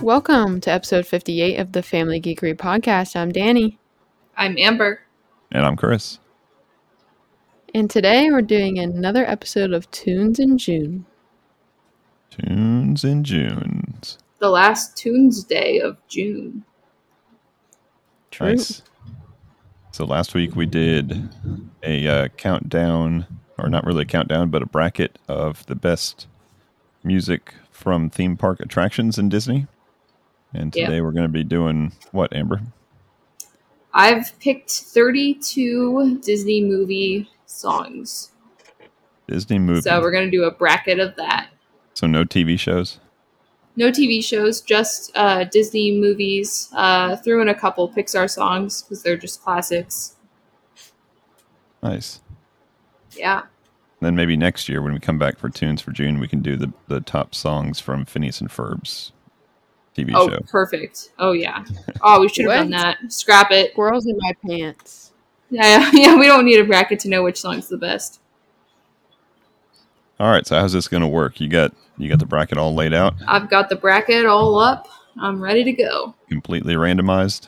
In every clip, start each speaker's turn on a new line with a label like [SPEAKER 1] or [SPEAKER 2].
[SPEAKER 1] Welcome to episode 58 of the Family Geekery Podcast. I'm Danny,
[SPEAKER 2] I'm Amber.
[SPEAKER 3] And I'm Chris.
[SPEAKER 1] and today we're doing another episode of Tunes in June.
[SPEAKER 3] Tunes and Junes.
[SPEAKER 2] The last Tuesday of June.
[SPEAKER 1] True.
[SPEAKER 3] Nice. So last week we did a uh, countdown, or not really a countdown, but a bracket of the best music from theme park attractions in Disney. And
[SPEAKER 2] Yeah.
[SPEAKER 3] today we're going to be doing what, Amber?
[SPEAKER 2] I've picked 32 Disney movie songs.
[SPEAKER 3] Disney movie.
[SPEAKER 2] So
[SPEAKER 3] So,
[SPEAKER 2] we're going to do a bracket of that.
[SPEAKER 3] no TV shows.
[SPEAKER 2] No TV shows, just uh, Disney movies. Uh, threw in a couple Pixar songs because they're just classics.
[SPEAKER 3] Nice.
[SPEAKER 2] Yeah.
[SPEAKER 3] Then maybe next year when we come back for Tunes for June, we can do the, the top songs from Phineas and Ferb's TV
[SPEAKER 2] oh,
[SPEAKER 3] show.
[SPEAKER 2] perfect. Oh, yeah. Oh, we should have done
[SPEAKER 1] What?
[SPEAKER 2] that. Scrap it.
[SPEAKER 1] Squirrels in my pants.
[SPEAKER 2] Yeah, yeah, we don't need a bracket to know which song's the best.
[SPEAKER 3] All right, so how's this going to work? You got you got the bracket all laid out,
[SPEAKER 2] I've got the bracket all up. I'm ready to go.
[SPEAKER 3] completely randomized.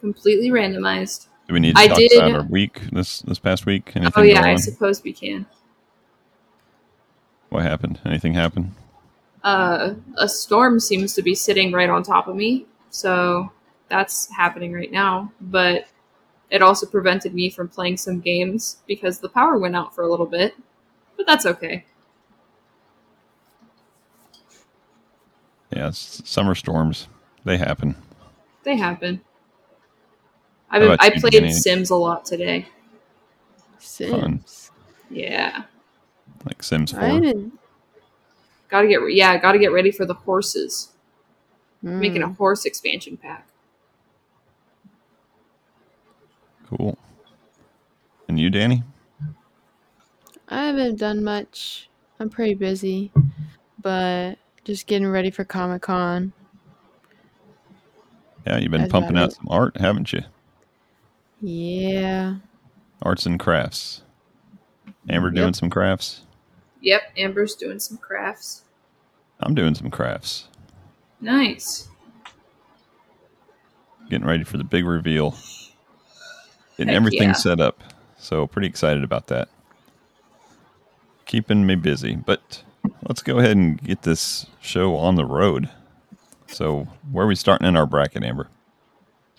[SPEAKER 2] Completely randomized.
[SPEAKER 3] Do we need to
[SPEAKER 2] I
[SPEAKER 3] talk
[SPEAKER 2] did-
[SPEAKER 3] about our week this this past week? Anything
[SPEAKER 2] Oh, yeah,
[SPEAKER 3] going
[SPEAKER 2] I
[SPEAKER 3] on?
[SPEAKER 2] suppose we can.
[SPEAKER 3] What happened? Anything happened?
[SPEAKER 2] uh, a storm seems to be sitting right on top of me. So that's happening right now. But it also prevented me from playing some games because the power went out for a little bit. But that's okay.
[SPEAKER 3] Yeah, it's summer storms. They happen.
[SPEAKER 2] They happen. I've
[SPEAKER 3] How
[SPEAKER 2] been,
[SPEAKER 3] about
[SPEAKER 2] I
[SPEAKER 3] you,
[SPEAKER 2] played
[SPEAKER 3] Jenny?
[SPEAKER 2] Sims a lot today.
[SPEAKER 1] Sims.
[SPEAKER 2] Yeah.
[SPEAKER 3] Like Sims Four.
[SPEAKER 1] I didn't.
[SPEAKER 2] Gotta get re- yeah, gotta get ready for the horses. Making a
[SPEAKER 1] Mm.
[SPEAKER 2] horse expansion pack.
[SPEAKER 3] Cool. And you, Danny?
[SPEAKER 1] I haven't done much. I'm pretty busy, but just getting ready for Comic Con.
[SPEAKER 3] Yeah, you've been
[SPEAKER 1] That's
[SPEAKER 3] pumping
[SPEAKER 1] about
[SPEAKER 3] out
[SPEAKER 1] it.
[SPEAKER 3] some art, haven't you?
[SPEAKER 1] Yeah.
[SPEAKER 3] Arts and crafts. Amber doing
[SPEAKER 1] Yep.
[SPEAKER 3] some crafts.
[SPEAKER 2] Yep, Amber's doing some crafts.
[SPEAKER 3] I'm doing some crafts.
[SPEAKER 2] Nice.
[SPEAKER 3] Getting ready for the big reveal. Getting
[SPEAKER 2] Heck
[SPEAKER 3] everything
[SPEAKER 2] yeah.
[SPEAKER 3] set up. So pretty excited about that. Keeping me busy, but let's go ahead and get this show on the road. So where are we starting in our bracket, Amber?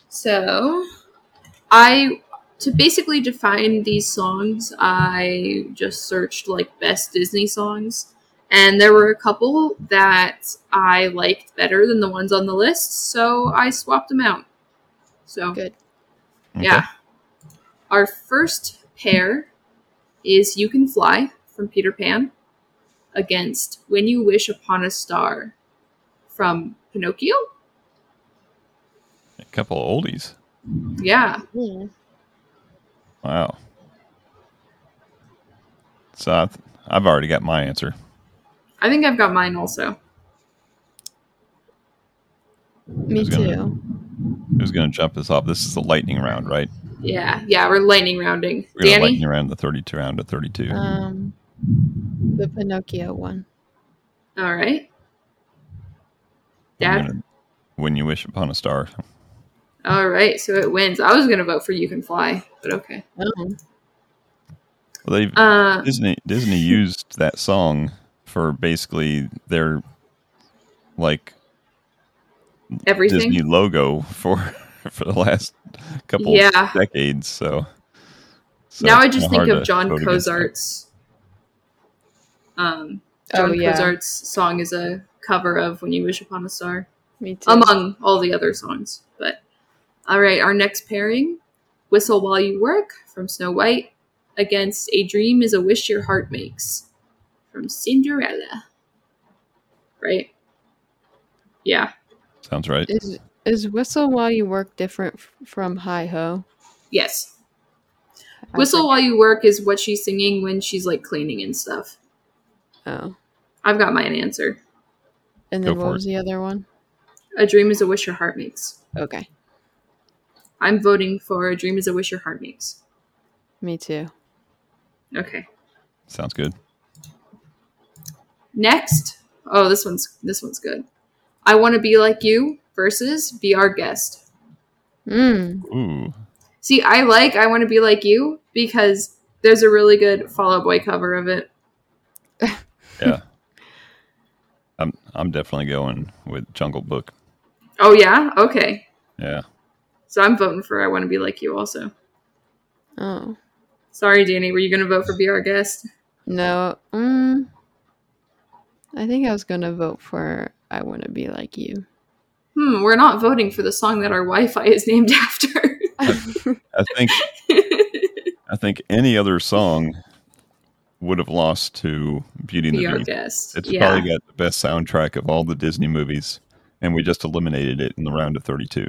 [SPEAKER 2] So, I to basically define these songs, I just searched like best Disney songs, and there were a couple that I liked better than the ones on the list, so I swapped them out. So,
[SPEAKER 1] Good.
[SPEAKER 2] yeah. Our first pair is You Can Fly from Peter Pan against When You Wish Upon a Star from Pinocchio.
[SPEAKER 3] A couple of oldies.
[SPEAKER 2] Yeah.
[SPEAKER 1] Yeah.
[SPEAKER 3] Wow. So I th- I've already got my answer.
[SPEAKER 2] I think I've got mine also.
[SPEAKER 1] Me
[SPEAKER 3] Who's gonna-
[SPEAKER 1] too.
[SPEAKER 3] Who's going to jump this off? This is the lightning round, right?
[SPEAKER 2] Yeah, yeah, we're lightning rounding.
[SPEAKER 3] We're going to lightning
[SPEAKER 2] Danny, Uh,
[SPEAKER 3] round the 32 round to 32.
[SPEAKER 1] Um, the Pinocchio one.
[SPEAKER 2] all right.
[SPEAKER 3] I'm
[SPEAKER 2] Dad,
[SPEAKER 3] gonna- when you wish upon a star.
[SPEAKER 2] all right. So it wins. I was gonna vote for you can fly, but okay.
[SPEAKER 1] Oh.
[SPEAKER 3] Well, they've,
[SPEAKER 2] Uh,
[SPEAKER 3] Disney Disney used that song for basically their like
[SPEAKER 2] everything.
[SPEAKER 3] Disney logo for for the last couple
[SPEAKER 2] Yeah.
[SPEAKER 3] decades. So, so
[SPEAKER 2] now
[SPEAKER 3] it's
[SPEAKER 2] I just
[SPEAKER 3] kinda
[SPEAKER 2] think
[SPEAKER 3] hard
[SPEAKER 2] of
[SPEAKER 3] to
[SPEAKER 2] John
[SPEAKER 3] vote against that.
[SPEAKER 2] Cozart's. Um, John
[SPEAKER 1] Oh yeah.
[SPEAKER 2] Cozart's song is a cover of "When You Wish Upon a Star,"
[SPEAKER 1] Me too.
[SPEAKER 2] among all the other songs. But all right, our next pairing: "Whistle While You Work" from Snow White against "A Dream Is a Wish Your Heart Makes" from Cinderella. Right? Yeah.
[SPEAKER 3] Sounds right.
[SPEAKER 1] Is is whistle while you work different f- from hi ho?
[SPEAKER 2] Yes. "Whistle While You Work" is what she's singing when she's like cleaning and stuff.
[SPEAKER 1] Oh,
[SPEAKER 2] I've got mine answer.
[SPEAKER 1] and
[SPEAKER 3] Go
[SPEAKER 1] then what
[SPEAKER 3] for
[SPEAKER 1] was the other one?
[SPEAKER 2] "A Dream Is a Wish Your Heart Makes."
[SPEAKER 1] Okay,
[SPEAKER 2] I'm voting for "A Dream Is a Wish Your Heart Makes."
[SPEAKER 1] me too.
[SPEAKER 2] Okay.
[SPEAKER 3] Sounds good.
[SPEAKER 2] Next, oh, this one's this one's good. I Want to Be Like You versus Be Our Guest. Hmm.
[SPEAKER 1] Mm.
[SPEAKER 3] Ooh.
[SPEAKER 2] See, I like I Want to Be Like You because there's a really good Fall Out Boy cover of it.
[SPEAKER 3] Yeah. I'm I'm definitely going with Jungle Book.
[SPEAKER 2] Oh, yeah? Okay.
[SPEAKER 3] Yeah.
[SPEAKER 2] So I'm voting for I Want to Be Like You also.
[SPEAKER 1] Oh
[SPEAKER 2] Sorry, Danny. Were you going to vote for Be Our Guest?
[SPEAKER 1] no. Mm. I think I was gonna vote for "I Want to Be Like You."
[SPEAKER 2] Hmm, we're not voting for the song that our Wi Fi is named after.
[SPEAKER 3] I think I think any other song would have lost to Beauty and
[SPEAKER 2] Be
[SPEAKER 3] the
[SPEAKER 2] Our
[SPEAKER 3] Beast.
[SPEAKER 2] Guest.
[SPEAKER 3] It's
[SPEAKER 2] yeah.
[SPEAKER 3] probably got the best soundtrack of all the Disney movies, and we just eliminated it in the round of 32.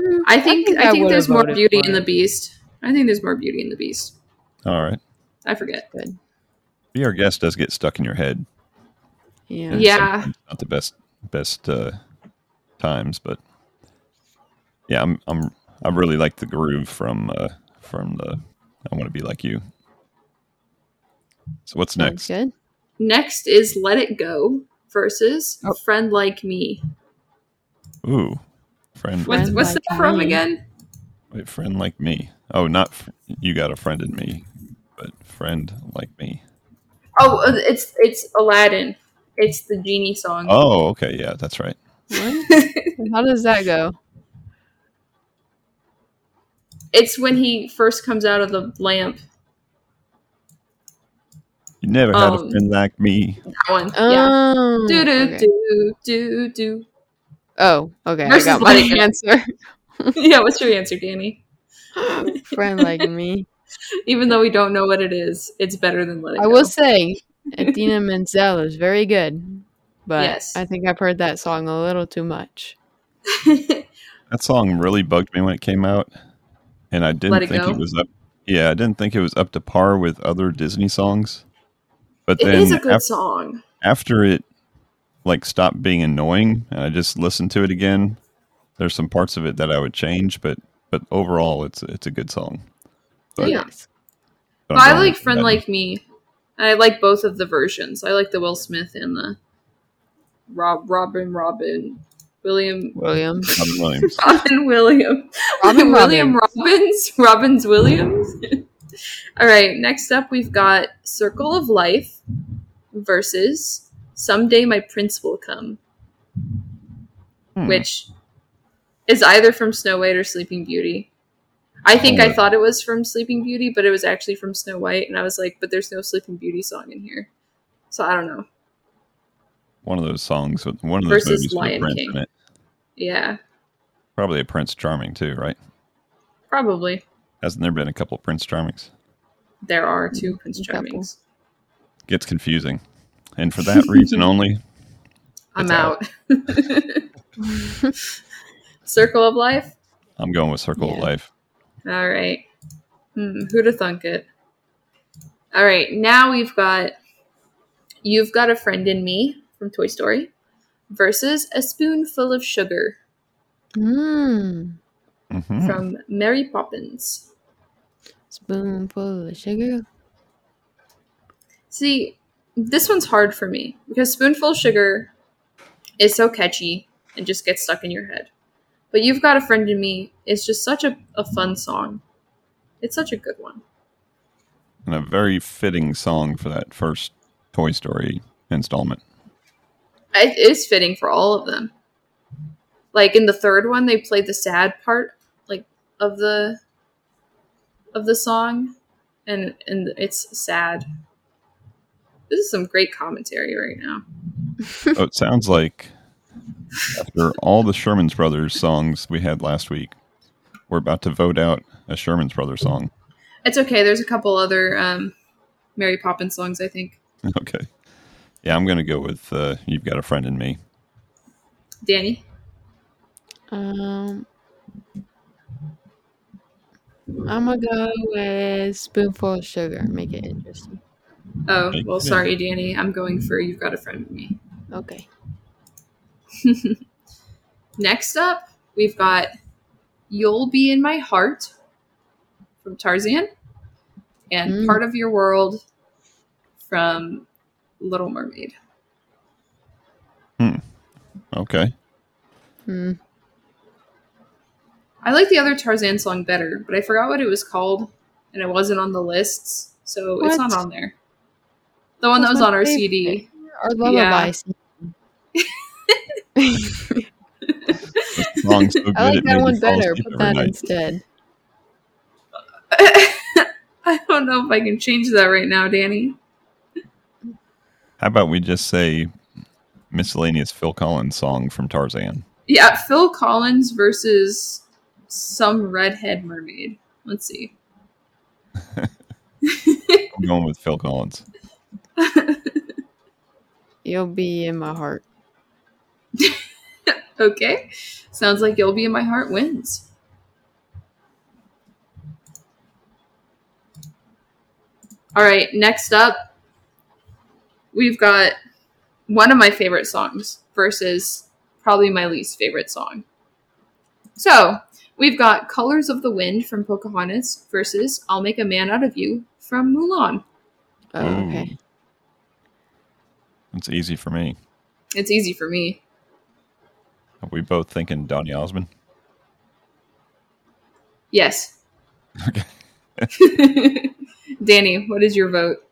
[SPEAKER 1] Hmm,
[SPEAKER 2] I think, I think
[SPEAKER 1] would've
[SPEAKER 2] there's more
[SPEAKER 1] voted
[SPEAKER 2] Beauty
[SPEAKER 1] for
[SPEAKER 2] in the
[SPEAKER 1] it.
[SPEAKER 2] Beast. I think there's more Beauty in the Beast.
[SPEAKER 3] All right.
[SPEAKER 2] I forget.
[SPEAKER 1] Good.
[SPEAKER 3] Be our guest does get stuck in your head.
[SPEAKER 1] Yeah.
[SPEAKER 3] and
[SPEAKER 2] Yeah.
[SPEAKER 3] sometimes Not the best best uh, times, but yeah, I'm I'm I really like the groove from uh, from the I want to be like you. So what's
[SPEAKER 1] Sounds
[SPEAKER 3] next?
[SPEAKER 1] good.
[SPEAKER 2] Next is Let It Go versus
[SPEAKER 1] Oh.
[SPEAKER 2] Friend Like Me.
[SPEAKER 3] Ooh, friend,
[SPEAKER 2] What's,
[SPEAKER 1] Friend
[SPEAKER 2] what's
[SPEAKER 1] Like
[SPEAKER 2] that from
[SPEAKER 1] Me.
[SPEAKER 2] again?
[SPEAKER 3] wait, friend like me. Oh, not fr- you got a friend in me, but friend like me.
[SPEAKER 2] Oh, uh, it's it's Aladdin. It's the genie song.
[SPEAKER 3] Oh, okay, yeah, that's right.
[SPEAKER 1] What? How does that go?
[SPEAKER 2] It's when he first comes out of the lamp.
[SPEAKER 3] You never had a
[SPEAKER 2] Um,
[SPEAKER 3] friend like me.
[SPEAKER 2] That one. yeah.
[SPEAKER 1] Oh.
[SPEAKER 2] Do do
[SPEAKER 1] okay.
[SPEAKER 2] do do do.
[SPEAKER 1] Oh, okay. I
[SPEAKER 2] Versus
[SPEAKER 1] got my
[SPEAKER 2] like-
[SPEAKER 1] answer.
[SPEAKER 2] Yeah. What's your answer, Danny?
[SPEAKER 1] Friend like me.
[SPEAKER 2] Even though we don't know what it is, it's better than Let It
[SPEAKER 1] I
[SPEAKER 2] Go.
[SPEAKER 1] will say, Adina Menzel is very good, but
[SPEAKER 2] Yes.
[SPEAKER 1] I think I've heard that song a little too much.
[SPEAKER 3] That song really bugged me when it came out, and I didn't
[SPEAKER 2] Let It
[SPEAKER 3] think
[SPEAKER 2] Go?
[SPEAKER 3] it was up. Yeah, I didn't think it was up to par with other Disney songs. But
[SPEAKER 2] It
[SPEAKER 3] then
[SPEAKER 2] is a good
[SPEAKER 3] af-
[SPEAKER 2] song.
[SPEAKER 3] after it like stopped being annoying, and I just listened to it again. There's some parts of it that I would change, but but overall, it's it's a good song. But-
[SPEAKER 2] Yeah.
[SPEAKER 3] But
[SPEAKER 2] But
[SPEAKER 3] I'm
[SPEAKER 2] I
[SPEAKER 3] going
[SPEAKER 2] like
[SPEAKER 3] with
[SPEAKER 2] Friend
[SPEAKER 3] that.
[SPEAKER 2] Like Me. I like both of the versions. I like the Will Smith and the Rob Robin Robin William
[SPEAKER 1] William.
[SPEAKER 3] Robin Williams.
[SPEAKER 2] Robin William
[SPEAKER 1] Robin
[SPEAKER 2] William Robbins Robbins Williams. All right, next up we've got Circle of Life versus Someday My Prince Will Come,
[SPEAKER 3] Hmm.
[SPEAKER 2] which is either from Snow White or Sleeping Beauty. I think I
[SPEAKER 1] Hmm.
[SPEAKER 3] Oh.
[SPEAKER 2] thought it was from Sleeping Beauty, but it was actually from Snow White, and I was like, but there's no Sleeping Beauty song in here. So I don't know.
[SPEAKER 3] one of those songs with one of those
[SPEAKER 2] Versus
[SPEAKER 3] movies
[SPEAKER 2] Lion
[SPEAKER 3] with Prince
[SPEAKER 2] King.
[SPEAKER 3] in it.
[SPEAKER 2] Yeah,
[SPEAKER 3] Probably a Prince Charming too, right?
[SPEAKER 2] probably.
[SPEAKER 3] Hasn't there been a couple Prince Charmings?
[SPEAKER 2] There are two Prince
[SPEAKER 1] a couple.
[SPEAKER 2] Charmings.
[SPEAKER 3] Gets confusing, and for that reason only,
[SPEAKER 2] I'm
[SPEAKER 3] It's
[SPEAKER 2] out.
[SPEAKER 3] out.
[SPEAKER 2] Circle of Life?
[SPEAKER 3] I'm going with Circle of
[SPEAKER 1] Yeah.
[SPEAKER 3] Life.
[SPEAKER 2] All right. Hmm, who'd have thunk it? All right, now we've got You've Got a Friend in Me from Toy Story versus A Spoonful of Sugar
[SPEAKER 1] Mm.
[SPEAKER 3] hmm
[SPEAKER 2] from Mary Poppins.
[SPEAKER 1] Spoonful of sugar.
[SPEAKER 2] See, this one's hard for me because Spoonful of Sugar is so catchy and just gets stuck in your head. But You've Got a Friend in Me is just such a, a fun song. It's such a good one.
[SPEAKER 3] and a very fitting song for that first Toy Story installment.
[SPEAKER 2] It is fitting for all of them. Like in the third one, they played the sad part, like of the of the song, and and it's sad. This is some great commentary right now.
[SPEAKER 3] so it sounds like after all the Sherman's Brothers songs we had last week, we're about to vote out a Sherman's Brothers song.
[SPEAKER 2] It's okay. There's a couple other um, Mary Poppins songs, I think.
[SPEAKER 3] Okay. Yeah, I'm going to go with uh, You've Got a Friend in Me.
[SPEAKER 2] Danny,
[SPEAKER 1] Um, I'm gonna go with spoonful of sugar. Make it interesting.
[SPEAKER 2] oh
[SPEAKER 3] Thank
[SPEAKER 2] well,
[SPEAKER 3] you.
[SPEAKER 2] sorry, Danny. I'm going for "You've Got a Friend in Me."
[SPEAKER 1] Okay.
[SPEAKER 2] Next up, we've got You'll Be in My Heart from Tarzan and
[SPEAKER 1] Mm.
[SPEAKER 2] Part of Your World from Little Mermaid.
[SPEAKER 3] Okay.
[SPEAKER 1] Hmm.
[SPEAKER 2] I like the other Tarzan song better, but I forgot what it was called, and it wasn't on the lists, so it's
[SPEAKER 1] What?
[SPEAKER 2] not on there. The one that
[SPEAKER 1] That's
[SPEAKER 2] was
[SPEAKER 1] my
[SPEAKER 2] on our
[SPEAKER 1] favorite.
[SPEAKER 2] CD.
[SPEAKER 1] Or lullaby. season.
[SPEAKER 3] The song's so good,
[SPEAKER 1] I like
[SPEAKER 3] it made
[SPEAKER 1] that
[SPEAKER 3] me
[SPEAKER 1] one
[SPEAKER 3] fall
[SPEAKER 1] better.
[SPEAKER 3] asleep
[SPEAKER 1] Put
[SPEAKER 3] every
[SPEAKER 1] that
[SPEAKER 3] night.
[SPEAKER 1] instead.
[SPEAKER 2] I don't know if I can change that right now, Danny.
[SPEAKER 3] How about we just say miscellaneous Phil Collins song from Tarzan?
[SPEAKER 2] Yeah, Phil Collins versus some redhead mermaid. Let's see.
[SPEAKER 3] I'm going with Phil Collins.
[SPEAKER 1] You'll be in my heart.
[SPEAKER 2] Okay. Sounds like You'll Be in My Heart wins. All right, next up, we've got one of my favorite songs versus probably my least favorite song. So, we've got Colors of the Wind from Pocahontas versus I'll Make a Man Out of You from Mulan.
[SPEAKER 1] Oh,
[SPEAKER 3] Ooh.
[SPEAKER 1] okay.
[SPEAKER 3] It's easy for me.
[SPEAKER 2] It's easy for me.
[SPEAKER 3] Are we both thinking Donny Osmond?
[SPEAKER 2] Yes.
[SPEAKER 3] Okay.
[SPEAKER 2] Danny, what is your vote?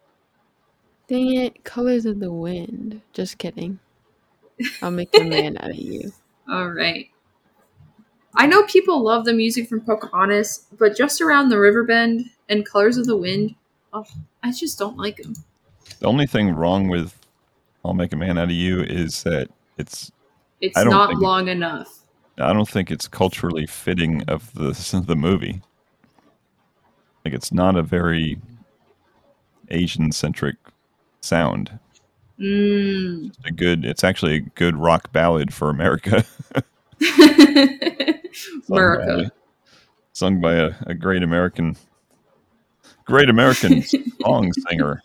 [SPEAKER 1] Dang it. Colors of the wind. Just kidding. I'll make a man out of you.
[SPEAKER 2] All right. I know people love the music from Pocahontas, but just around the River Bend and Colors of the Wind, oh, I just don't like them.
[SPEAKER 3] The only thing wrong with I'll Make a Man Out of You is that it's
[SPEAKER 2] It's
[SPEAKER 3] I don't
[SPEAKER 2] not
[SPEAKER 3] think-
[SPEAKER 2] long enough.
[SPEAKER 3] I don't think it's culturally fitting of the the movie. Like it's not a very Asian centric sound.
[SPEAKER 2] Mm.
[SPEAKER 3] It's a good it's actually a good rock ballad for America. sung
[SPEAKER 2] America.
[SPEAKER 3] by- Sung by a, a great American great American song singer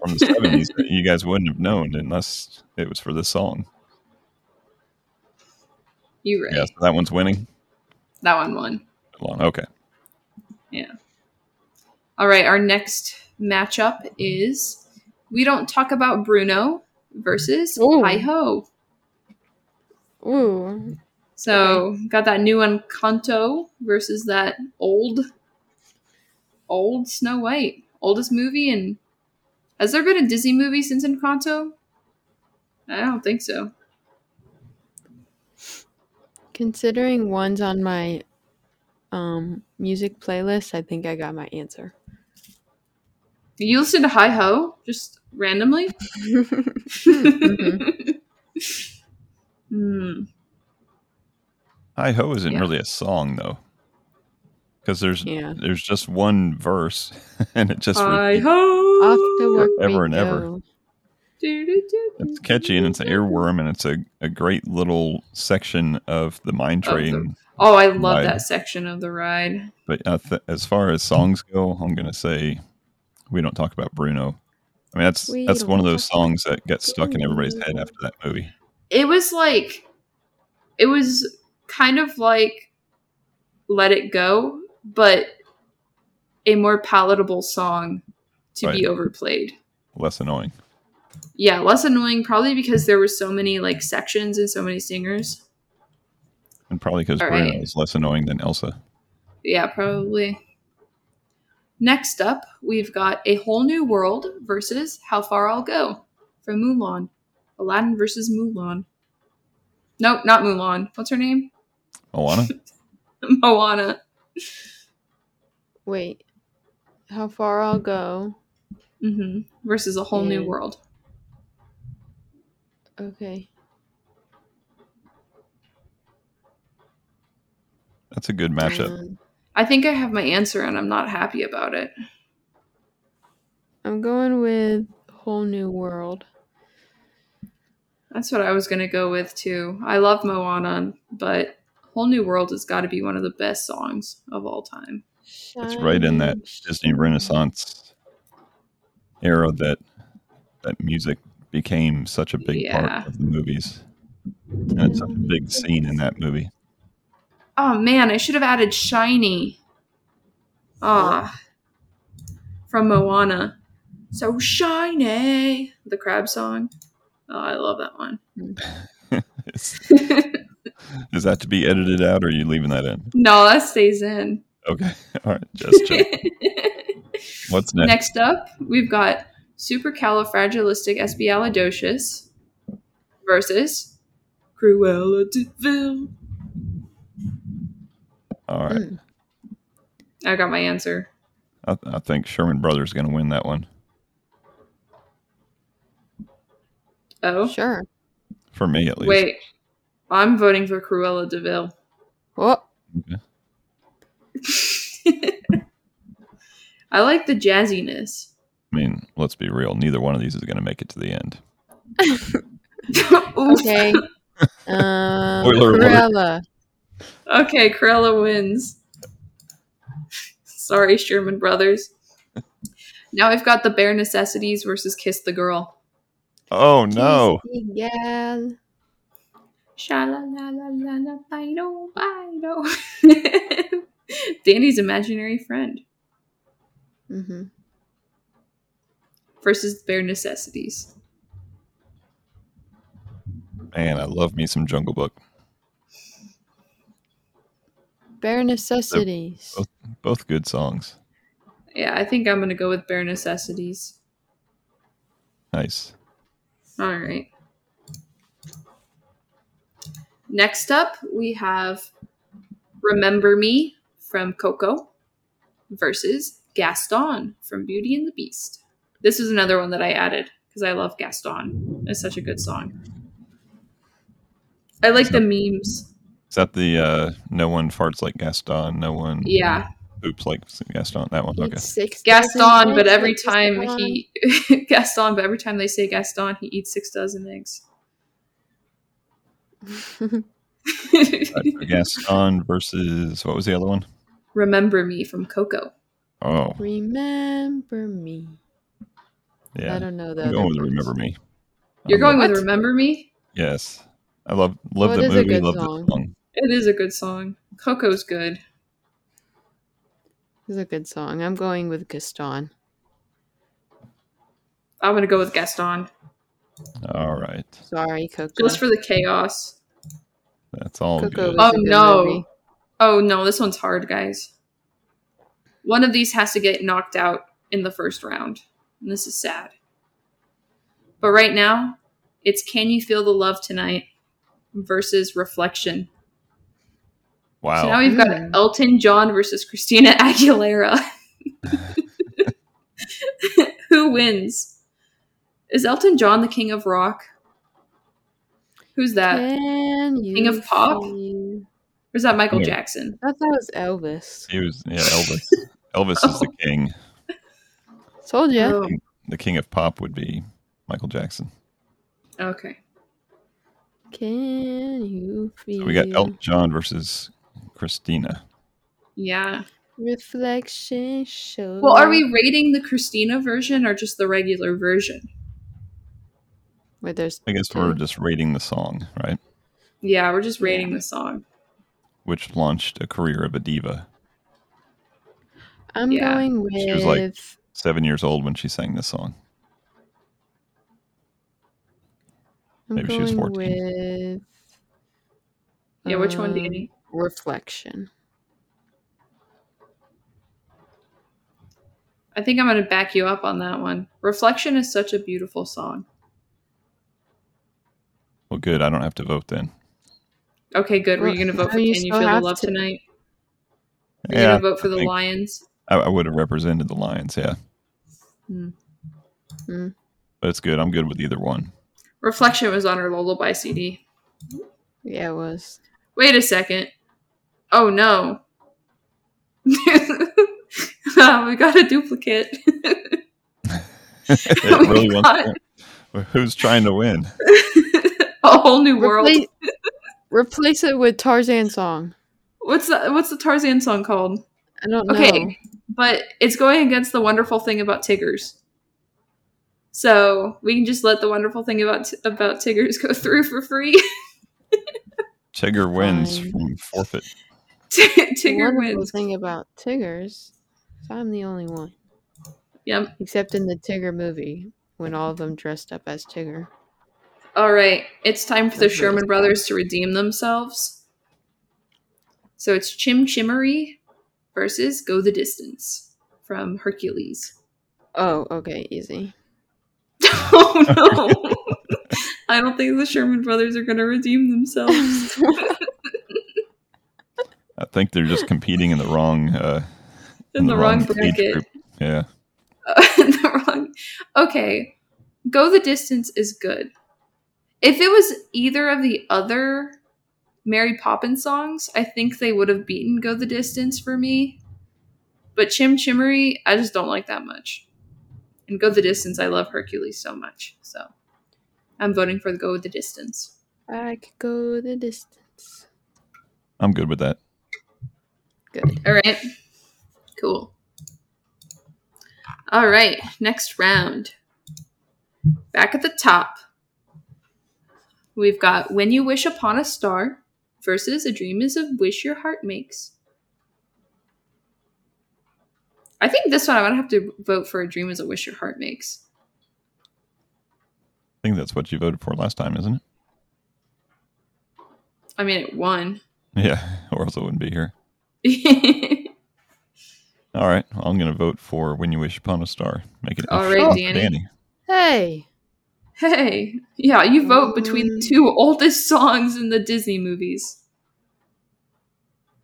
[SPEAKER 3] from the seventies that you guys wouldn't have known unless it was for this song.
[SPEAKER 2] You right.
[SPEAKER 3] Yeah, so that one's winning.
[SPEAKER 2] That one won.
[SPEAKER 3] Okay.
[SPEAKER 2] All right, our next matchup is We Don't Talk About Bruno versus
[SPEAKER 1] Ooh.
[SPEAKER 2] Hi Ho.
[SPEAKER 1] Ooh.
[SPEAKER 2] So got that new one, Kanto, versus that old, old Snow White, oldest movie. And has there been a Disney movie since Encanto? I don't think so.
[SPEAKER 1] Considering one's on my um music playlist, I think I got my answer.
[SPEAKER 2] Do you listen to Hi Ho just randomly?
[SPEAKER 1] Mhm.
[SPEAKER 2] Hmm.
[SPEAKER 3] Hi Ho isn't
[SPEAKER 2] Yeah.
[SPEAKER 3] really a song though. Because there's
[SPEAKER 1] yeah.
[SPEAKER 3] there's just one verse and it just
[SPEAKER 2] Hi
[SPEAKER 3] repeats.
[SPEAKER 1] Off
[SPEAKER 2] Ho.
[SPEAKER 1] to work. we
[SPEAKER 3] Ever and ever.
[SPEAKER 1] go.
[SPEAKER 3] it's catchy and it's an earworm and it's a, a great little section of the mine
[SPEAKER 2] Of the-
[SPEAKER 3] train
[SPEAKER 2] Oh, I love
[SPEAKER 3] Ride.
[SPEAKER 2] that section of the ride.
[SPEAKER 3] but I th- as far as songs go i'm gonna say we don't talk about bruno i mean that's
[SPEAKER 1] We
[SPEAKER 3] that's
[SPEAKER 1] don't
[SPEAKER 3] one of those
[SPEAKER 1] talk about
[SPEAKER 3] songs that got stuck in everybody's head
[SPEAKER 1] Bruno.
[SPEAKER 3] after that movie
[SPEAKER 2] it was like it was kind of like let it go but a more palatable song to be
[SPEAKER 3] Right.
[SPEAKER 2] overplayed
[SPEAKER 3] less annoying
[SPEAKER 2] yeah less annoying probably because there were so many like sections and so many singers
[SPEAKER 3] and probably because
[SPEAKER 2] All
[SPEAKER 3] bruno
[SPEAKER 2] right.
[SPEAKER 3] is less annoying than elsa
[SPEAKER 2] yeah probably next up we've got a whole new world versus how far i'll go from mulan aladdin versus mulan nope not mulan what's her name
[SPEAKER 3] moana
[SPEAKER 2] moana
[SPEAKER 1] Wait. How far I'll go.
[SPEAKER 2] hmm versus a whole new
[SPEAKER 1] Yeah.
[SPEAKER 2] world
[SPEAKER 1] Okay.
[SPEAKER 3] that's a good matchup
[SPEAKER 1] Um,
[SPEAKER 2] I think I have my answer and I'm not happy about it.
[SPEAKER 1] I'm going with Whole New World.
[SPEAKER 2] That's what I was going to go with too. I love Moana, but Whole New World has got to be one of the best songs of all time.
[SPEAKER 3] it's right in that
[SPEAKER 1] Shining
[SPEAKER 3] disney renaissance era that that music became such a big
[SPEAKER 2] Yeah.
[SPEAKER 3] part of the movies and it's such a big scene in that movie
[SPEAKER 2] Oh man, I should have added Shiny. Ah. From Moana. So shiny. The crab song. Oh, I love that one.
[SPEAKER 3] It's- Is that to be edited out, or are you leaving that in?
[SPEAKER 2] No, that stays in.
[SPEAKER 3] Okay, all right, just check. What's next?
[SPEAKER 2] Next up, we've got supercalifragilisticexpialidocious versus Cruella de Vil.
[SPEAKER 3] All right,
[SPEAKER 2] I got my answer.
[SPEAKER 3] I, I think Sherman Brothers going to win that one
[SPEAKER 2] Oh,
[SPEAKER 1] Sure.
[SPEAKER 3] for me at least.
[SPEAKER 2] wait. I'm voting for Cruella de Vil.
[SPEAKER 1] Oh,
[SPEAKER 2] I like the jazziness.
[SPEAKER 3] I mean, let's be real. Neither one of these is going to make it to the end.
[SPEAKER 2] Oof.
[SPEAKER 1] okay. um,
[SPEAKER 3] Spoiler alert.
[SPEAKER 1] Cruella.
[SPEAKER 2] Okay, Cruella wins. Sorry, Sherman Brothers. Now we've got the Bare Necessities versus Kiss the Girl.
[SPEAKER 3] Oh no!
[SPEAKER 1] Yeah.
[SPEAKER 2] Sha-la-la-la-la-la, bye-do, bye-do. Danny's imaginary friend
[SPEAKER 1] Mm-hmm.
[SPEAKER 2] versus Bare Necessities.
[SPEAKER 3] Man, I love me some Jungle Book.
[SPEAKER 1] Bare necessities.
[SPEAKER 3] Oh, Both good songs.
[SPEAKER 2] Yeah, I think I'm gonna go with Bare Necessities.
[SPEAKER 3] Nice.
[SPEAKER 2] All right. Next up, we have Remember Me from Coco versus Gaston from Beauty and the Beast. This is another one that I added because I love Gaston. It's such a good song. I like the memes.
[SPEAKER 3] Is that the uh, no one farts like Gaston? No one
[SPEAKER 2] Yeah,
[SPEAKER 3] poops like Gaston. That one. Okay.
[SPEAKER 1] It's six
[SPEAKER 2] Gaston,
[SPEAKER 1] dozen
[SPEAKER 2] but
[SPEAKER 1] eggs,
[SPEAKER 2] every
[SPEAKER 1] it's just
[SPEAKER 2] time
[SPEAKER 1] one.
[SPEAKER 2] he Gaston, but every time they say Gaston, he eats six dozen eggs.
[SPEAKER 3] All right, Gaston versus what was the other one?
[SPEAKER 2] Remember Me from Coco.
[SPEAKER 3] Oh,
[SPEAKER 1] Remember me. I
[SPEAKER 3] yeah.
[SPEAKER 1] don't know the
[SPEAKER 3] I'm
[SPEAKER 1] other
[SPEAKER 3] going with
[SPEAKER 1] ones.
[SPEAKER 3] Remember Me.
[SPEAKER 2] You're going
[SPEAKER 3] I'm
[SPEAKER 2] with
[SPEAKER 1] What?
[SPEAKER 2] Remember Me?
[SPEAKER 3] Yes. I love love
[SPEAKER 1] Well, it
[SPEAKER 3] the
[SPEAKER 1] is a
[SPEAKER 3] movie.
[SPEAKER 1] good
[SPEAKER 3] Love
[SPEAKER 1] song.
[SPEAKER 3] the song.
[SPEAKER 2] It is a good song. Coco's good.
[SPEAKER 1] This is a good song. I'm going with Gaston.
[SPEAKER 2] I'm gonna go with Gaston.
[SPEAKER 3] All right.
[SPEAKER 1] Sorry, Coco.
[SPEAKER 2] Just for the chaos.
[SPEAKER 3] That's all
[SPEAKER 1] Coco was-
[SPEAKER 2] Oh
[SPEAKER 3] good.
[SPEAKER 1] That's a good
[SPEAKER 2] no.
[SPEAKER 1] movie.
[SPEAKER 2] Oh no, this one's hard, guys. One of these has to get knocked out in the first round. And this is sad. But right now, it's Can You Feel the Love Tonight versus Reflection. So now
[SPEAKER 3] Wow.
[SPEAKER 2] we've got
[SPEAKER 1] Mm.
[SPEAKER 2] Elton John versus Christina Aguilera. Who wins? Is Elton John the king of rock? Who's that? Or
[SPEAKER 1] Can you
[SPEAKER 2] King of Pop?
[SPEAKER 1] feel-
[SPEAKER 2] is that Michael
[SPEAKER 3] Yeah.
[SPEAKER 2] Jackson?
[SPEAKER 1] I thought that was Elvis.
[SPEAKER 3] He was yeah, Elvis. Elvis is the king.
[SPEAKER 1] Told you.
[SPEAKER 2] Oh,
[SPEAKER 3] The king of pop would be Michael Jackson.
[SPEAKER 2] okay.
[SPEAKER 1] Can you feel
[SPEAKER 3] So we got Elton John versus Christina.
[SPEAKER 2] Yeah.
[SPEAKER 1] reflection show?
[SPEAKER 2] Well, are we rating the Christina version or just the regular version?
[SPEAKER 1] Wait, there's
[SPEAKER 3] I guess
[SPEAKER 1] Mm-hmm.
[SPEAKER 3] we're just rating the song, right?
[SPEAKER 2] Yeah, we're just rating the song.
[SPEAKER 3] Which launched a career of a diva.
[SPEAKER 1] I'm
[SPEAKER 2] yeah.
[SPEAKER 1] going with
[SPEAKER 3] She was like- Seven years old when she sang this song.
[SPEAKER 1] I'm
[SPEAKER 3] maybe she
[SPEAKER 1] going
[SPEAKER 3] was
[SPEAKER 1] with
[SPEAKER 2] Yeah, which one,
[SPEAKER 1] um,
[SPEAKER 2] Danny?
[SPEAKER 1] Reflection.
[SPEAKER 2] I think I'm going to back you up on that one. Reflection is such a beautiful song.
[SPEAKER 3] Well, good. I don't have to vote then.
[SPEAKER 2] Okay, good. Were you going to
[SPEAKER 1] Well,
[SPEAKER 2] vote for
[SPEAKER 1] you
[SPEAKER 2] Can You
[SPEAKER 1] still
[SPEAKER 2] Feel the
[SPEAKER 1] have
[SPEAKER 2] Love
[SPEAKER 1] to-
[SPEAKER 2] Tonight? Were you
[SPEAKER 3] Yeah,
[SPEAKER 2] going to vote for
[SPEAKER 3] I
[SPEAKER 2] the
[SPEAKER 3] think-
[SPEAKER 2] Lions?
[SPEAKER 3] I, I would have represented the Lions. Yeah,
[SPEAKER 2] Hmm.
[SPEAKER 1] Hmm.
[SPEAKER 3] but it's good. I'm good with either one.
[SPEAKER 2] Reflection was on her Lullaby CD.
[SPEAKER 1] Yeah, it was.
[SPEAKER 2] Wait a second. Oh no. Ah, we got a duplicate.
[SPEAKER 3] it
[SPEAKER 2] Oh my
[SPEAKER 3] really
[SPEAKER 2] God.
[SPEAKER 3] wants Who's trying to win?
[SPEAKER 2] a whole new world.
[SPEAKER 1] Repla- replace it with Tarzan song.
[SPEAKER 2] What's the what's the Tarzan song called?
[SPEAKER 1] I don't know.
[SPEAKER 2] Okay. But it's going against the wonderful thing about Tiggers. So we can just let the wonderful thing about t- about Tiggers go through for free.
[SPEAKER 3] Tigger wins
[SPEAKER 1] Fine.
[SPEAKER 3] from forfeit.
[SPEAKER 2] T-
[SPEAKER 1] The
[SPEAKER 2] Tigger
[SPEAKER 1] wonderful
[SPEAKER 2] wins.
[SPEAKER 1] thing about Tiggers is I'm the only one.
[SPEAKER 2] Yep.
[SPEAKER 1] Except in the Tigger movie when all of them dressed up as Tigger.
[SPEAKER 2] All right, it's time for the
[SPEAKER 1] That's really
[SPEAKER 2] Sherman
[SPEAKER 1] sad.
[SPEAKER 2] brothers to redeem themselves. So it's Chim Chimmery versus Go the Distance from Hercules.
[SPEAKER 1] Oh, okay, easy.
[SPEAKER 2] Oh no! I don't think the Sherman brothers are going to redeem themselves.
[SPEAKER 3] I think they're just competing in the wrong. Uh,
[SPEAKER 2] in, the, wrong, bracket.
[SPEAKER 3] Yeah.
[SPEAKER 2] Uh, in the wrong. Okay, go the distance is good. If it was either of the other Mary Poppins songs, I think they would have beaten "Go the Distance" for me. But Chim Chimmery, I just don't like that much. And "Go the Distance," I love Hercules so much, so I'm voting for the "Go the Distance."
[SPEAKER 1] I could go the distance.
[SPEAKER 3] I'm good with that.
[SPEAKER 1] Good.
[SPEAKER 2] All right, cool. All right, next round. Back at the top, we've got "When You Wish Upon a Star" versus "A Dream Is a Wish Your Heart Makes." I think this one I'm gonna have to vote for "A Dream Is a Wish Your Heart Makes."
[SPEAKER 3] I think that's what you voted for last time, isn't it?
[SPEAKER 2] I mean, it won.
[SPEAKER 3] Yeah. Or else I wouldn't be here. All right. I'm going to vote for When You Wish Upon a Star. Make it
[SPEAKER 2] All right,
[SPEAKER 3] official.
[SPEAKER 2] Danny.
[SPEAKER 1] Hey,
[SPEAKER 2] hey, yeah, you vote between the
[SPEAKER 1] Mm.
[SPEAKER 2] two oldest songs in the Disney movies.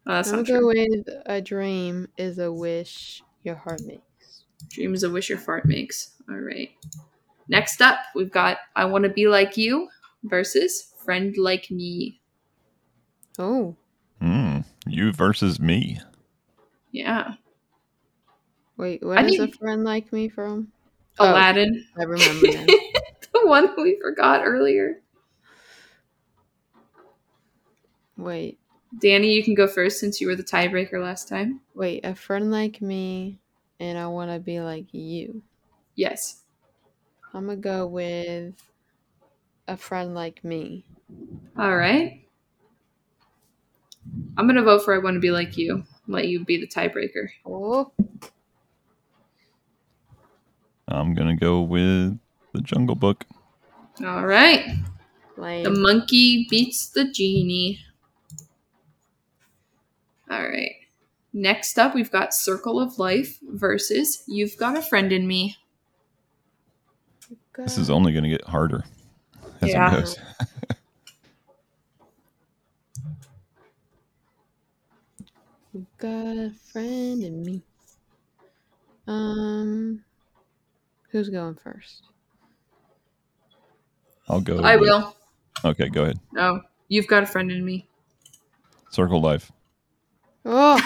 [SPEAKER 2] Oh, that's
[SPEAKER 1] I'm
[SPEAKER 2] not
[SPEAKER 1] gonna go
[SPEAKER 2] true.
[SPEAKER 1] with a dream is a wish your heart makes.
[SPEAKER 2] Dream is a wish your fart makes. All right. Next up, we've got I Want to Be Like You versus Friend Like Me.
[SPEAKER 1] Oh,
[SPEAKER 3] Mm, you versus me.
[SPEAKER 2] Yeah.
[SPEAKER 1] wait, where
[SPEAKER 2] I
[SPEAKER 1] is
[SPEAKER 2] need-
[SPEAKER 1] a friend like me from? Oh.
[SPEAKER 2] Aladdin.
[SPEAKER 1] I remember now.
[SPEAKER 2] the one we forgot earlier.
[SPEAKER 1] wait,
[SPEAKER 2] Danny, you can go first since you were the tiebreaker last time.
[SPEAKER 1] wait, a friend like me, and I want to be like you.
[SPEAKER 2] Yes.
[SPEAKER 1] I'm gonna go with a friend like me.
[SPEAKER 2] All right. I'm going to vote for I Want to Be Like You. Let you be the tiebreaker.
[SPEAKER 1] Oh,
[SPEAKER 3] I'm going to go with The Jungle Book.
[SPEAKER 2] All right. The
[SPEAKER 1] lame.
[SPEAKER 2] monkey beats the genie. All right. Next up, we've got Circle of Life versus You've Got a Friend in Me.
[SPEAKER 3] This is only going to get harder as
[SPEAKER 2] Yeah.
[SPEAKER 3] it goes.
[SPEAKER 1] You got a friend in me. Um, who's going first?
[SPEAKER 3] I'll go.
[SPEAKER 2] I
[SPEAKER 3] with-
[SPEAKER 2] will.
[SPEAKER 3] Okay, go ahead.
[SPEAKER 2] No, You've Got a Friend in Me.
[SPEAKER 3] Circle Life.
[SPEAKER 1] Oh,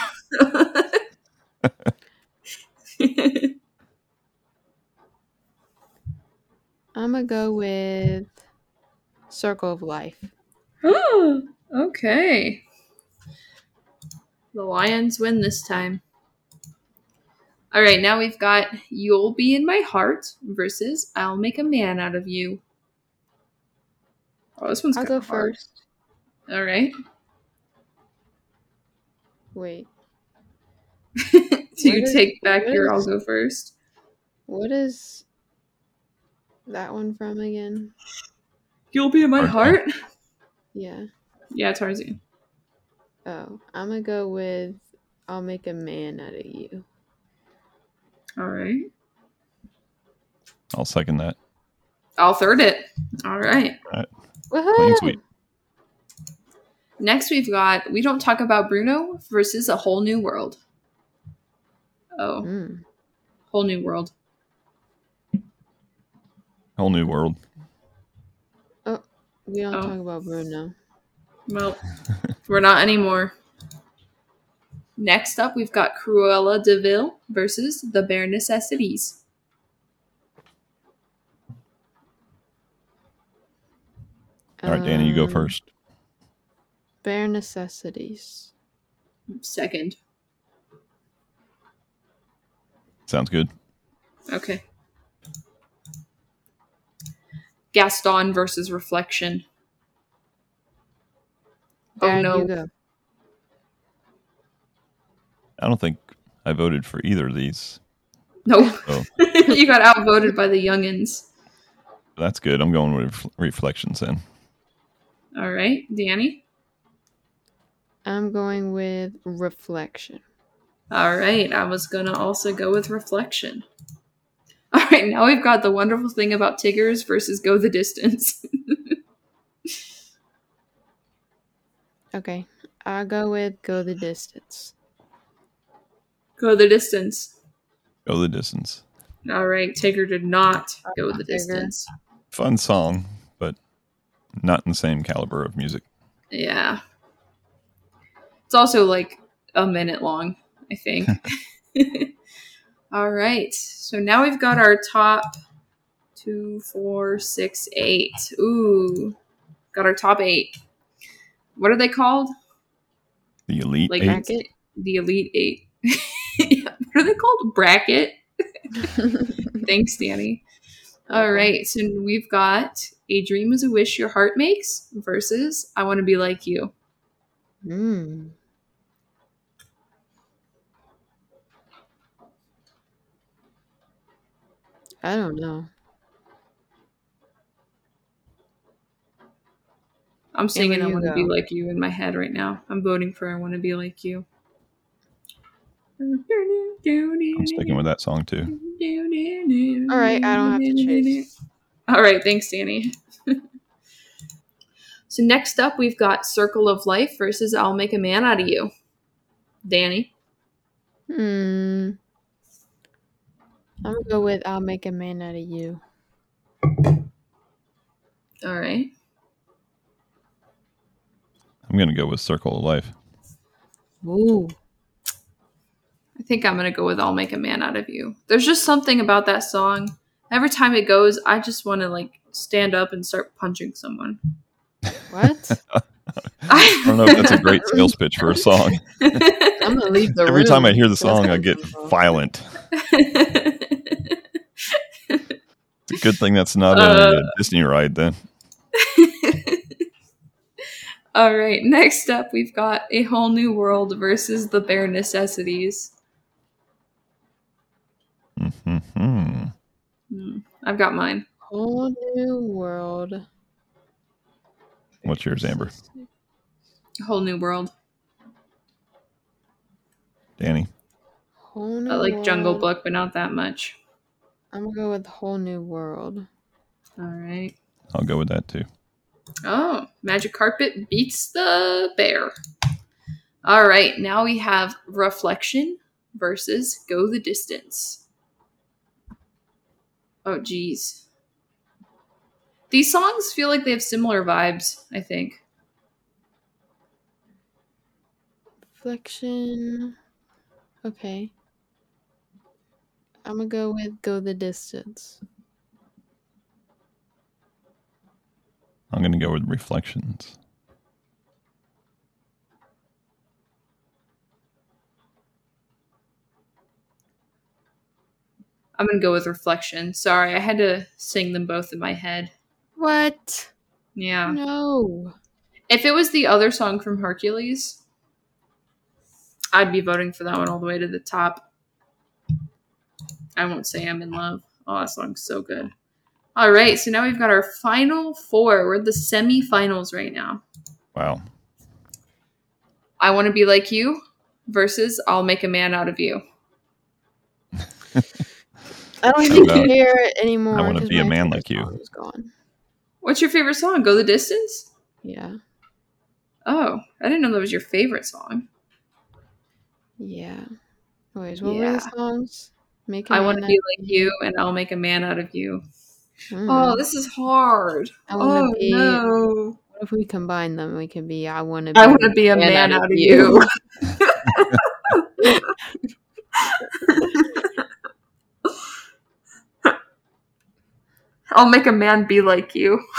[SPEAKER 1] I'm gonna go with Circle of Life.
[SPEAKER 2] okay. The Lions win this time. All right, now we've got You'll Be in My Heart versus I'll Make a Man Out of You. Oh, this one's
[SPEAKER 1] I'll
[SPEAKER 2] kinda
[SPEAKER 1] go
[SPEAKER 2] hard.
[SPEAKER 1] first.
[SPEAKER 2] All right.
[SPEAKER 1] Wait,
[SPEAKER 2] Do
[SPEAKER 1] What
[SPEAKER 2] you
[SPEAKER 1] is-
[SPEAKER 2] take back
[SPEAKER 1] what
[SPEAKER 2] your
[SPEAKER 1] is-
[SPEAKER 2] I'll go first?
[SPEAKER 1] what is that one from again?
[SPEAKER 2] You'll be in my
[SPEAKER 3] Okay.
[SPEAKER 2] heart?
[SPEAKER 1] Yeah.
[SPEAKER 2] Yeah, Tarzan.
[SPEAKER 1] Oh, I'm gonna go with I'll make a man out of you.
[SPEAKER 2] All right.
[SPEAKER 3] I'll second that.
[SPEAKER 2] I'll third it. All right.
[SPEAKER 1] Woohoo!
[SPEAKER 3] sweep.
[SPEAKER 2] Next, we've got We Don't Talk About Bruno versus A Whole New World. Oh,
[SPEAKER 1] Mm.
[SPEAKER 2] Whole New World.
[SPEAKER 3] Whole new world.
[SPEAKER 1] We don't
[SPEAKER 2] Oh.
[SPEAKER 1] talk about Bruno.
[SPEAKER 2] Well, we're not anymore. Next up, we've got Cruella de Vil versus The Bare Necessities.
[SPEAKER 3] All right, Danny, you go
[SPEAKER 1] Um,
[SPEAKER 3] first.
[SPEAKER 1] Bare necessities.
[SPEAKER 2] Second.
[SPEAKER 3] Sounds good.
[SPEAKER 2] Okay. Gaston versus Reflection. Oh,
[SPEAKER 1] Dad,
[SPEAKER 2] no.
[SPEAKER 1] You go.
[SPEAKER 3] I don't think I voted for either of these.
[SPEAKER 2] Nope.
[SPEAKER 3] Oh.
[SPEAKER 2] you got outvoted by the youngins.
[SPEAKER 3] That's good. I'm going with ref- reflections then.
[SPEAKER 2] All right, Danny.
[SPEAKER 1] I'm going with reflection.
[SPEAKER 2] All right, I was gonna also go with reflection. All right, now we've got the wonderful thing about Tiggers versus Go the Distance.
[SPEAKER 1] Okay. I'll go with go the distance.
[SPEAKER 2] go the distance.
[SPEAKER 3] Go the distance.
[SPEAKER 2] All right, Tigger did not go the
[SPEAKER 1] Tigger.
[SPEAKER 2] distance.
[SPEAKER 3] Fun song, but not in the same caliber of music.
[SPEAKER 2] Yeah. It's also like a minute long, I think. All right. So now we've got our top two, four, six, eight. Ooh. Got our top eight. What are they called?
[SPEAKER 3] The elite
[SPEAKER 2] Like
[SPEAKER 3] eight.
[SPEAKER 1] Bracket.
[SPEAKER 2] The Elite Eight. what are they called? Bracket. Thanks, Danny. All
[SPEAKER 1] Welcome.
[SPEAKER 2] right. So we've got A Dream is a Wish Your Heart Makes versus I Want to Be Like You.
[SPEAKER 1] mm. I don't know.
[SPEAKER 2] I'm singing I
[SPEAKER 1] you
[SPEAKER 2] Want to
[SPEAKER 1] go.
[SPEAKER 2] Be Like You in my head right now. I'm voting for I Want to Be Like You.
[SPEAKER 3] I'm sticking with that song too.
[SPEAKER 1] All right, I don't have to chase.
[SPEAKER 2] All right, thanks, Danny. so next up, we've got Circle of Life versus I'll Make a Man Out of You. Danny.
[SPEAKER 1] Hmm. I'm gonna go with I'll make a man out of you.
[SPEAKER 2] All right.
[SPEAKER 3] I'm gonna go with Circle of Life.
[SPEAKER 1] Ooh.
[SPEAKER 2] I think I'm gonna go with "I'll Make a Man Out of You." There's just something about that song. Every time it goes, I just want to like stand up and start punching someone.
[SPEAKER 1] What?
[SPEAKER 2] I
[SPEAKER 3] I don't know if that's a great sales pitch for a song.
[SPEAKER 1] I'm gonna leave the
[SPEAKER 3] Every
[SPEAKER 1] room.
[SPEAKER 3] time I hear the
[SPEAKER 1] That's
[SPEAKER 3] song, I
[SPEAKER 1] kinda
[SPEAKER 3] get
[SPEAKER 1] cool.
[SPEAKER 3] violent. It's a good thing that's not
[SPEAKER 2] Uh,
[SPEAKER 3] a Disney ride then.
[SPEAKER 2] All right. Next up, we've got "A Whole New World" versus "The Bare Necessities."
[SPEAKER 3] hmm
[SPEAKER 2] Hmm, I've got mine.
[SPEAKER 1] Whole new world.
[SPEAKER 3] What's yours, Amber?
[SPEAKER 2] "A Whole New World."
[SPEAKER 3] Danny.
[SPEAKER 1] Whole new
[SPEAKER 2] I like Jungle
[SPEAKER 1] world.
[SPEAKER 2] Book, but not that much.
[SPEAKER 1] I'm gonna go with whole new world.
[SPEAKER 2] All right.
[SPEAKER 3] I'll go with that too.
[SPEAKER 2] Oh, Magic Carpet beats the bear. All right, now we have Reflection versus Go the Distance. Oh, geez. These songs feel like they have similar vibes, I think.
[SPEAKER 1] Reflection. Okay. I'm gonna go with go the distance.
[SPEAKER 3] I'm gonna go with reflections.
[SPEAKER 2] I'm going to go with Reflection. Sorry, I had to sing them both in my head.
[SPEAKER 1] What?
[SPEAKER 2] Yeah.
[SPEAKER 1] No.
[SPEAKER 2] If it was the other song from Hercules, I'd be voting for that one all the way to the top. I won't say I'm in love. Oh, that song's so good. All right, so now we've got our final four. We're at the semifinals right now.
[SPEAKER 3] Wow.
[SPEAKER 2] I want to be like you versus I'll make a man out of you.
[SPEAKER 1] I don't
[SPEAKER 3] How
[SPEAKER 1] even
[SPEAKER 3] about-
[SPEAKER 1] care anymore.
[SPEAKER 3] I wanna
[SPEAKER 1] 'cause
[SPEAKER 3] be a
[SPEAKER 1] my
[SPEAKER 3] man
[SPEAKER 1] favorite
[SPEAKER 3] like you.
[SPEAKER 1] song is Gone.
[SPEAKER 2] What's your favorite song? Go the distance?
[SPEAKER 1] Yeah.
[SPEAKER 2] Oh, I didn't know that was your favorite song.
[SPEAKER 1] Yeah. Wait, what were
[SPEAKER 2] Yeah.
[SPEAKER 1] the songs? Make a
[SPEAKER 2] I
[SPEAKER 1] man
[SPEAKER 2] want to
[SPEAKER 1] out-
[SPEAKER 2] be like you and I'll make a man out of you.
[SPEAKER 1] Mm.
[SPEAKER 2] Oh, this is hard.
[SPEAKER 1] I wanna
[SPEAKER 2] Oh
[SPEAKER 1] be-
[SPEAKER 2] no.
[SPEAKER 1] What if we combine them? We could be I want to be
[SPEAKER 2] I want to be a man out of you. I'll make a man be like you.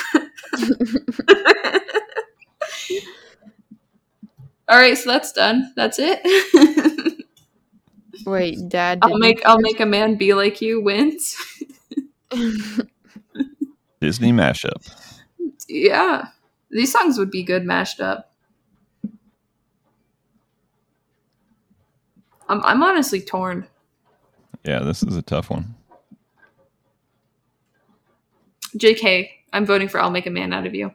[SPEAKER 2] All right, so that's done. That's it.
[SPEAKER 1] Wait, dad did
[SPEAKER 2] I'll make I'll make a man be like you wins.
[SPEAKER 3] Disney mashup.
[SPEAKER 2] yeah. These songs would be good mashed up. I'm I'm honestly torn.
[SPEAKER 3] Yeah, this is a tough one.
[SPEAKER 2] JK, I'm voting for I'll Make a Man Out of You.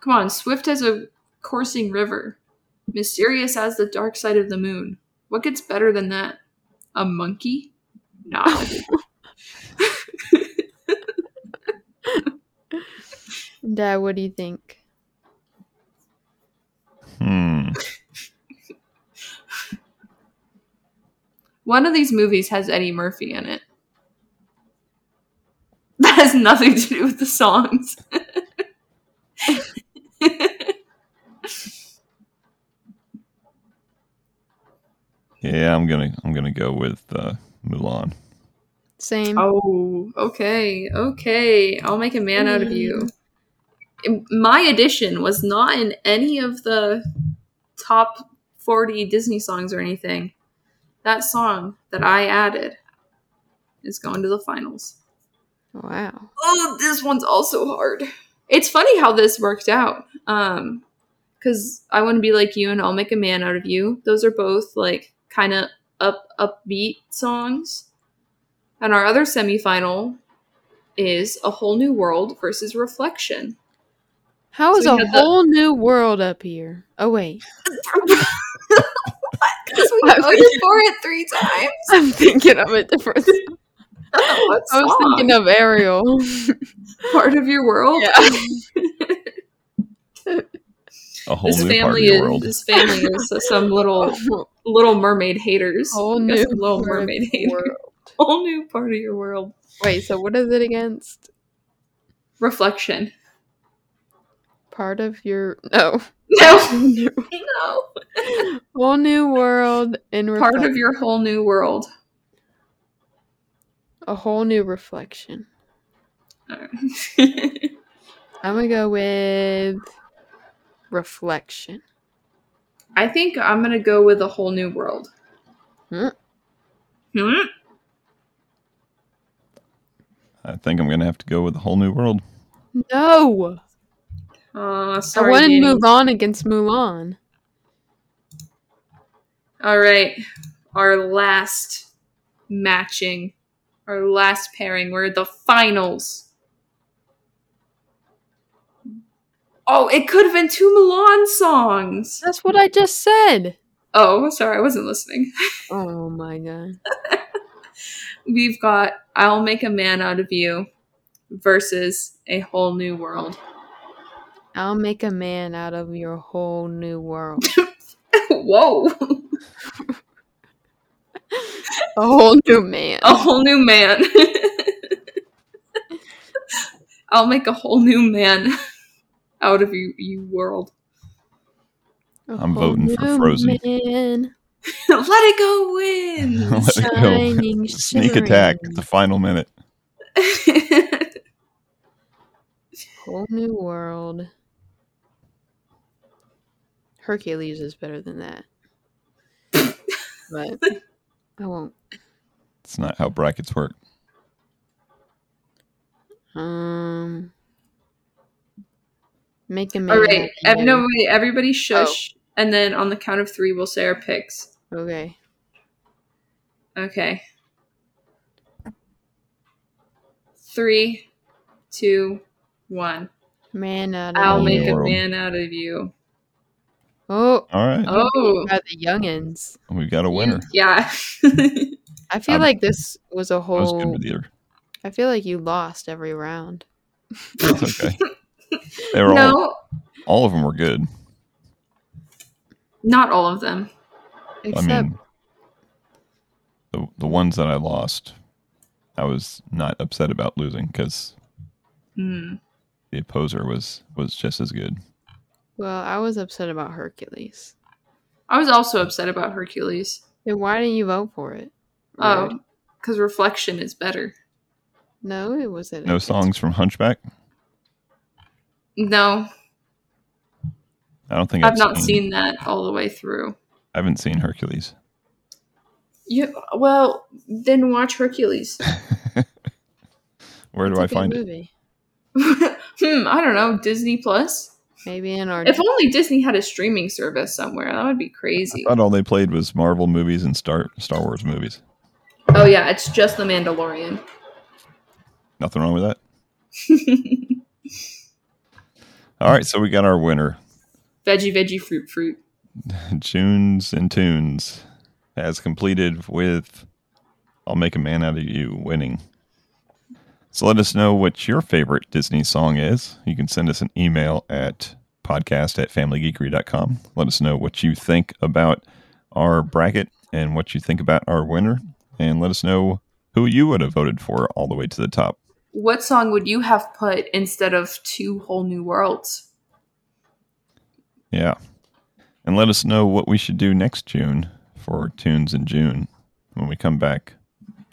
[SPEAKER 2] Come on, swift as a coursing river, mysterious as the dark side of the moon. What gets better than that? A monkey? No.
[SPEAKER 1] Dad, what do you think?
[SPEAKER 3] Hmm.
[SPEAKER 2] One of these movies has Eddie Murphy in it. That has nothing to do with the songs.
[SPEAKER 3] Yeah, I'm gonna I'm gonna go with uh, Mulan.
[SPEAKER 1] Same.
[SPEAKER 2] oh, okay, okay. I'll make a man out of you. My edition was not in any of the top 40 Disney songs or anything. That song that I added is going to the finals.
[SPEAKER 1] Wow.
[SPEAKER 2] Oh, this one's also hard. It's funny how this worked out. Um, because I want to be like you and I'll make a man out of you. Those are both like kind of up upbeat songs. And our other semifinal is a whole new world versus reflection.
[SPEAKER 1] How is
[SPEAKER 2] So you
[SPEAKER 1] a
[SPEAKER 2] had the-
[SPEAKER 1] whole new world up here? Oh wait,
[SPEAKER 2] Because we
[SPEAKER 1] Why would
[SPEAKER 2] voted for it three times.
[SPEAKER 1] I'm thinking of a different.
[SPEAKER 2] What
[SPEAKER 1] I was
[SPEAKER 2] song?
[SPEAKER 1] thinking of Ariel.
[SPEAKER 2] part of your world.
[SPEAKER 3] A whole
[SPEAKER 2] This
[SPEAKER 3] new part of
[SPEAKER 2] family
[SPEAKER 3] your
[SPEAKER 2] is
[SPEAKER 3] world.
[SPEAKER 2] this family is some little Little Mermaid haters.
[SPEAKER 1] Whole
[SPEAKER 2] I guess
[SPEAKER 1] new
[SPEAKER 2] some Little
[SPEAKER 1] part of
[SPEAKER 2] Mermaid
[SPEAKER 1] the
[SPEAKER 2] haters. Whole new part of your world.
[SPEAKER 1] Wait, so what is it against?
[SPEAKER 2] Reflection.
[SPEAKER 1] Part of your no
[SPEAKER 2] No, no.
[SPEAKER 1] whole new world in reflect-
[SPEAKER 2] Part of your whole new world.
[SPEAKER 1] a whole new reflection.
[SPEAKER 2] Alright.
[SPEAKER 1] I'm gonna go with reflection.
[SPEAKER 2] I think I'm gonna go with a whole new world.
[SPEAKER 1] Hmm.
[SPEAKER 2] Hmm?
[SPEAKER 3] I think I'm gonna have to go with a whole new world.
[SPEAKER 1] No,
[SPEAKER 2] Uh,
[SPEAKER 1] I
[SPEAKER 2] sorry,
[SPEAKER 1] wanted
[SPEAKER 2] Danny.
[SPEAKER 1] Mulan against Mulan.
[SPEAKER 2] All right, our last matching, our last pairing. We're at the finals. Oh, it could have been two Milan songs.
[SPEAKER 1] That's what I just said.
[SPEAKER 2] Oh, sorry, I wasn't listening.
[SPEAKER 1] Oh my god.
[SPEAKER 2] We've got I'll Make a Man Out of You versus A Whole New World.
[SPEAKER 1] I'll make a man out of your whole new world.
[SPEAKER 2] Whoa,
[SPEAKER 1] a whole new man.
[SPEAKER 2] a whole new man. I'll make a whole new man out of you, you world.
[SPEAKER 1] A
[SPEAKER 3] I'm
[SPEAKER 1] whole
[SPEAKER 3] voting for
[SPEAKER 1] new
[SPEAKER 3] Frozen.
[SPEAKER 1] Man,
[SPEAKER 2] Let it go win.
[SPEAKER 3] Let it go.
[SPEAKER 1] shining,
[SPEAKER 3] Sneak attack
[SPEAKER 1] shimmering.
[SPEAKER 3] at the final minute.
[SPEAKER 1] Whole new world. Hercules is better than that. but I won't.
[SPEAKER 3] It's not how brackets work.
[SPEAKER 1] Um make a man.
[SPEAKER 2] All right,
[SPEAKER 1] out of
[SPEAKER 2] ev-
[SPEAKER 1] you.
[SPEAKER 2] no, wait, everybody shush, and then on the count of three, we'll say our picks.
[SPEAKER 1] Okay.
[SPEAKER 2] Okay. Three, two, one.
[SPEAKER 1] Man out of you.
[SPEAKER 2] I'll
[SPEAKER 3] Whole new
[SPEAKER 2] make a
[SPEAKER 3] world.
[SPEAKER 2] man out of you.
[SPEAKER 1] Oh,
[SPEAKER 3] All right,
[SPEAKER 2] Oh,
[SPEAKER 1] got the youngins.
[SPEAKER 3] we've got a winner.
[SPEAKER 2] yeah.
[SPEAKER 1] I feel
[SPEAKER 3] I'm-
[SPEAKER 1] like this was a
[SPEAKER 3] I was good
[SPEAKER 1] whole
[SPEAKER 3] with either.
[SPEAKER 1] I feel like you lost every round.
[SPEAKER 3] That's okay. They were all
[SPEAKER 2] no,
[SPEAKER 3] all of them were good.
[SPEAKER 2] not all of them.
[SPEAKER 1] Except
[SPEAKER 3] I mean, the the ones that I lost, I was not upset about losing because
[SPEAKER 2] Hmm.
[SPEAKER 3] the opposer was was just as good.
[SPEAKER 1] well, I was upset about Hercules.
[SPEAKER 2] I was also upset about Hercules.
[SPEAKER 1] Then why didn't you vote for it? Rude.
[SPEAKER 2] Oh, because reflection is better.
[SPEAKER 1] No, it wasn't.
[SPEAKER 3] No
[SPEAKER 1] It's-
[SPEAKER 3] songs from Hunchback.
[SPEAKER 2] No,
[SPEAKER 3] I don't think
[SPEAKER 2] I've not seen that all the way through.
[SPEAKER 3] I haven't seen Hercules.
[SPEAKER 2] You well, then watch Hercules.
[SPEAKER 3] Where do
[SPEAKER 1] it's a
[SPEAKER 3] I
[SPEAKER 1] good
[SPEAKER 3] find it?
[SPEAKER 1] movie.
[SPEAKER 2] hmm, I don't know, Disney Plus.
[SPEAKER 1] Maybe in our
[SPEAKER 2] If only Disney had a streaming service somewhere. That would be
[SPEAKER 3] I
[SPEAKER 2] crazy.
[SPEAKER 3] thought all they played was Marvel movies and Star Star Wars movies.
[SPEAKER 2] Oh yeah, it's just The Mandalorian.
[SPEAKER 3] Nothing wrong with that. All right, so we got our winner,
[SPEAKER 2] veggie, veggie, fruit, fruit.
[SPEAKER 3] Junes and Tunes, has completed with "I'll Make a Man Out of You" winning. So let us know what your favorite Disney song is. You can send us an email at podcast at familygeekery.com. Let us know what you think about our bracket and what you think about our winner. And let us know who you would have voted for all the way to the top.
[SPEAKER 2] What song would you have put instead of two whole new worlds?
[SPEAKER 3] Yeah. And let us know what we should do next June for Tunes in June when we come back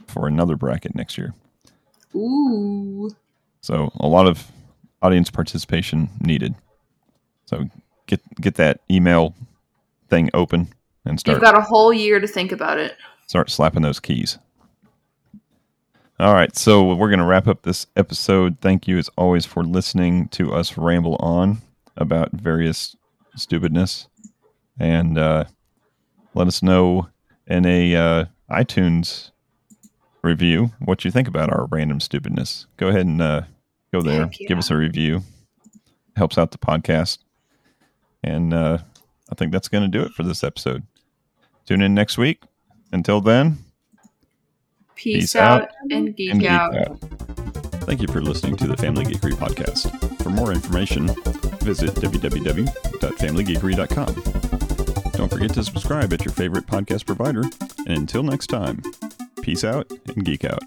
[SPEAKER 3] for another bracket next year.
[SPEAKER 2] Ooh.
[SPEAKER 3] So a lot of audience participation needed. So get get that email thing open and start
[SPEAKER 2] You've got a whole year to think about it.
[SPEAKER 3] start slapping those keys. All right, so we're going to wrap up this episode. Thank you, as always, for listening to us ramble on about various stupidness, and uh, let us know in a uh, iTunes review what you think about our random stupidness. Go ahead and uh, go there,
[SPEAKER 2] Heck yeah.
[SPEAKER 3] give us a review. Helps out the podcast, and uh, I think that's going to do it for this episode. Tune in next week. Until then.
[SPEAKER 2] Peace,
[SPEAKER 3] Peace
[SPEAKER 2] out,
[SPEAKER 3] out
[SPEAKER 2] and geek
[SPEAKER 3] and geek
[SPEAKER 2] out.
[SPEAKER 3] out. Thank you for listening to the Family Geekery podcast. For more information, visit www.familygeekery.com. Don't forget to subscribe at your favorite podcast provider. And until next time, peace out and geek out.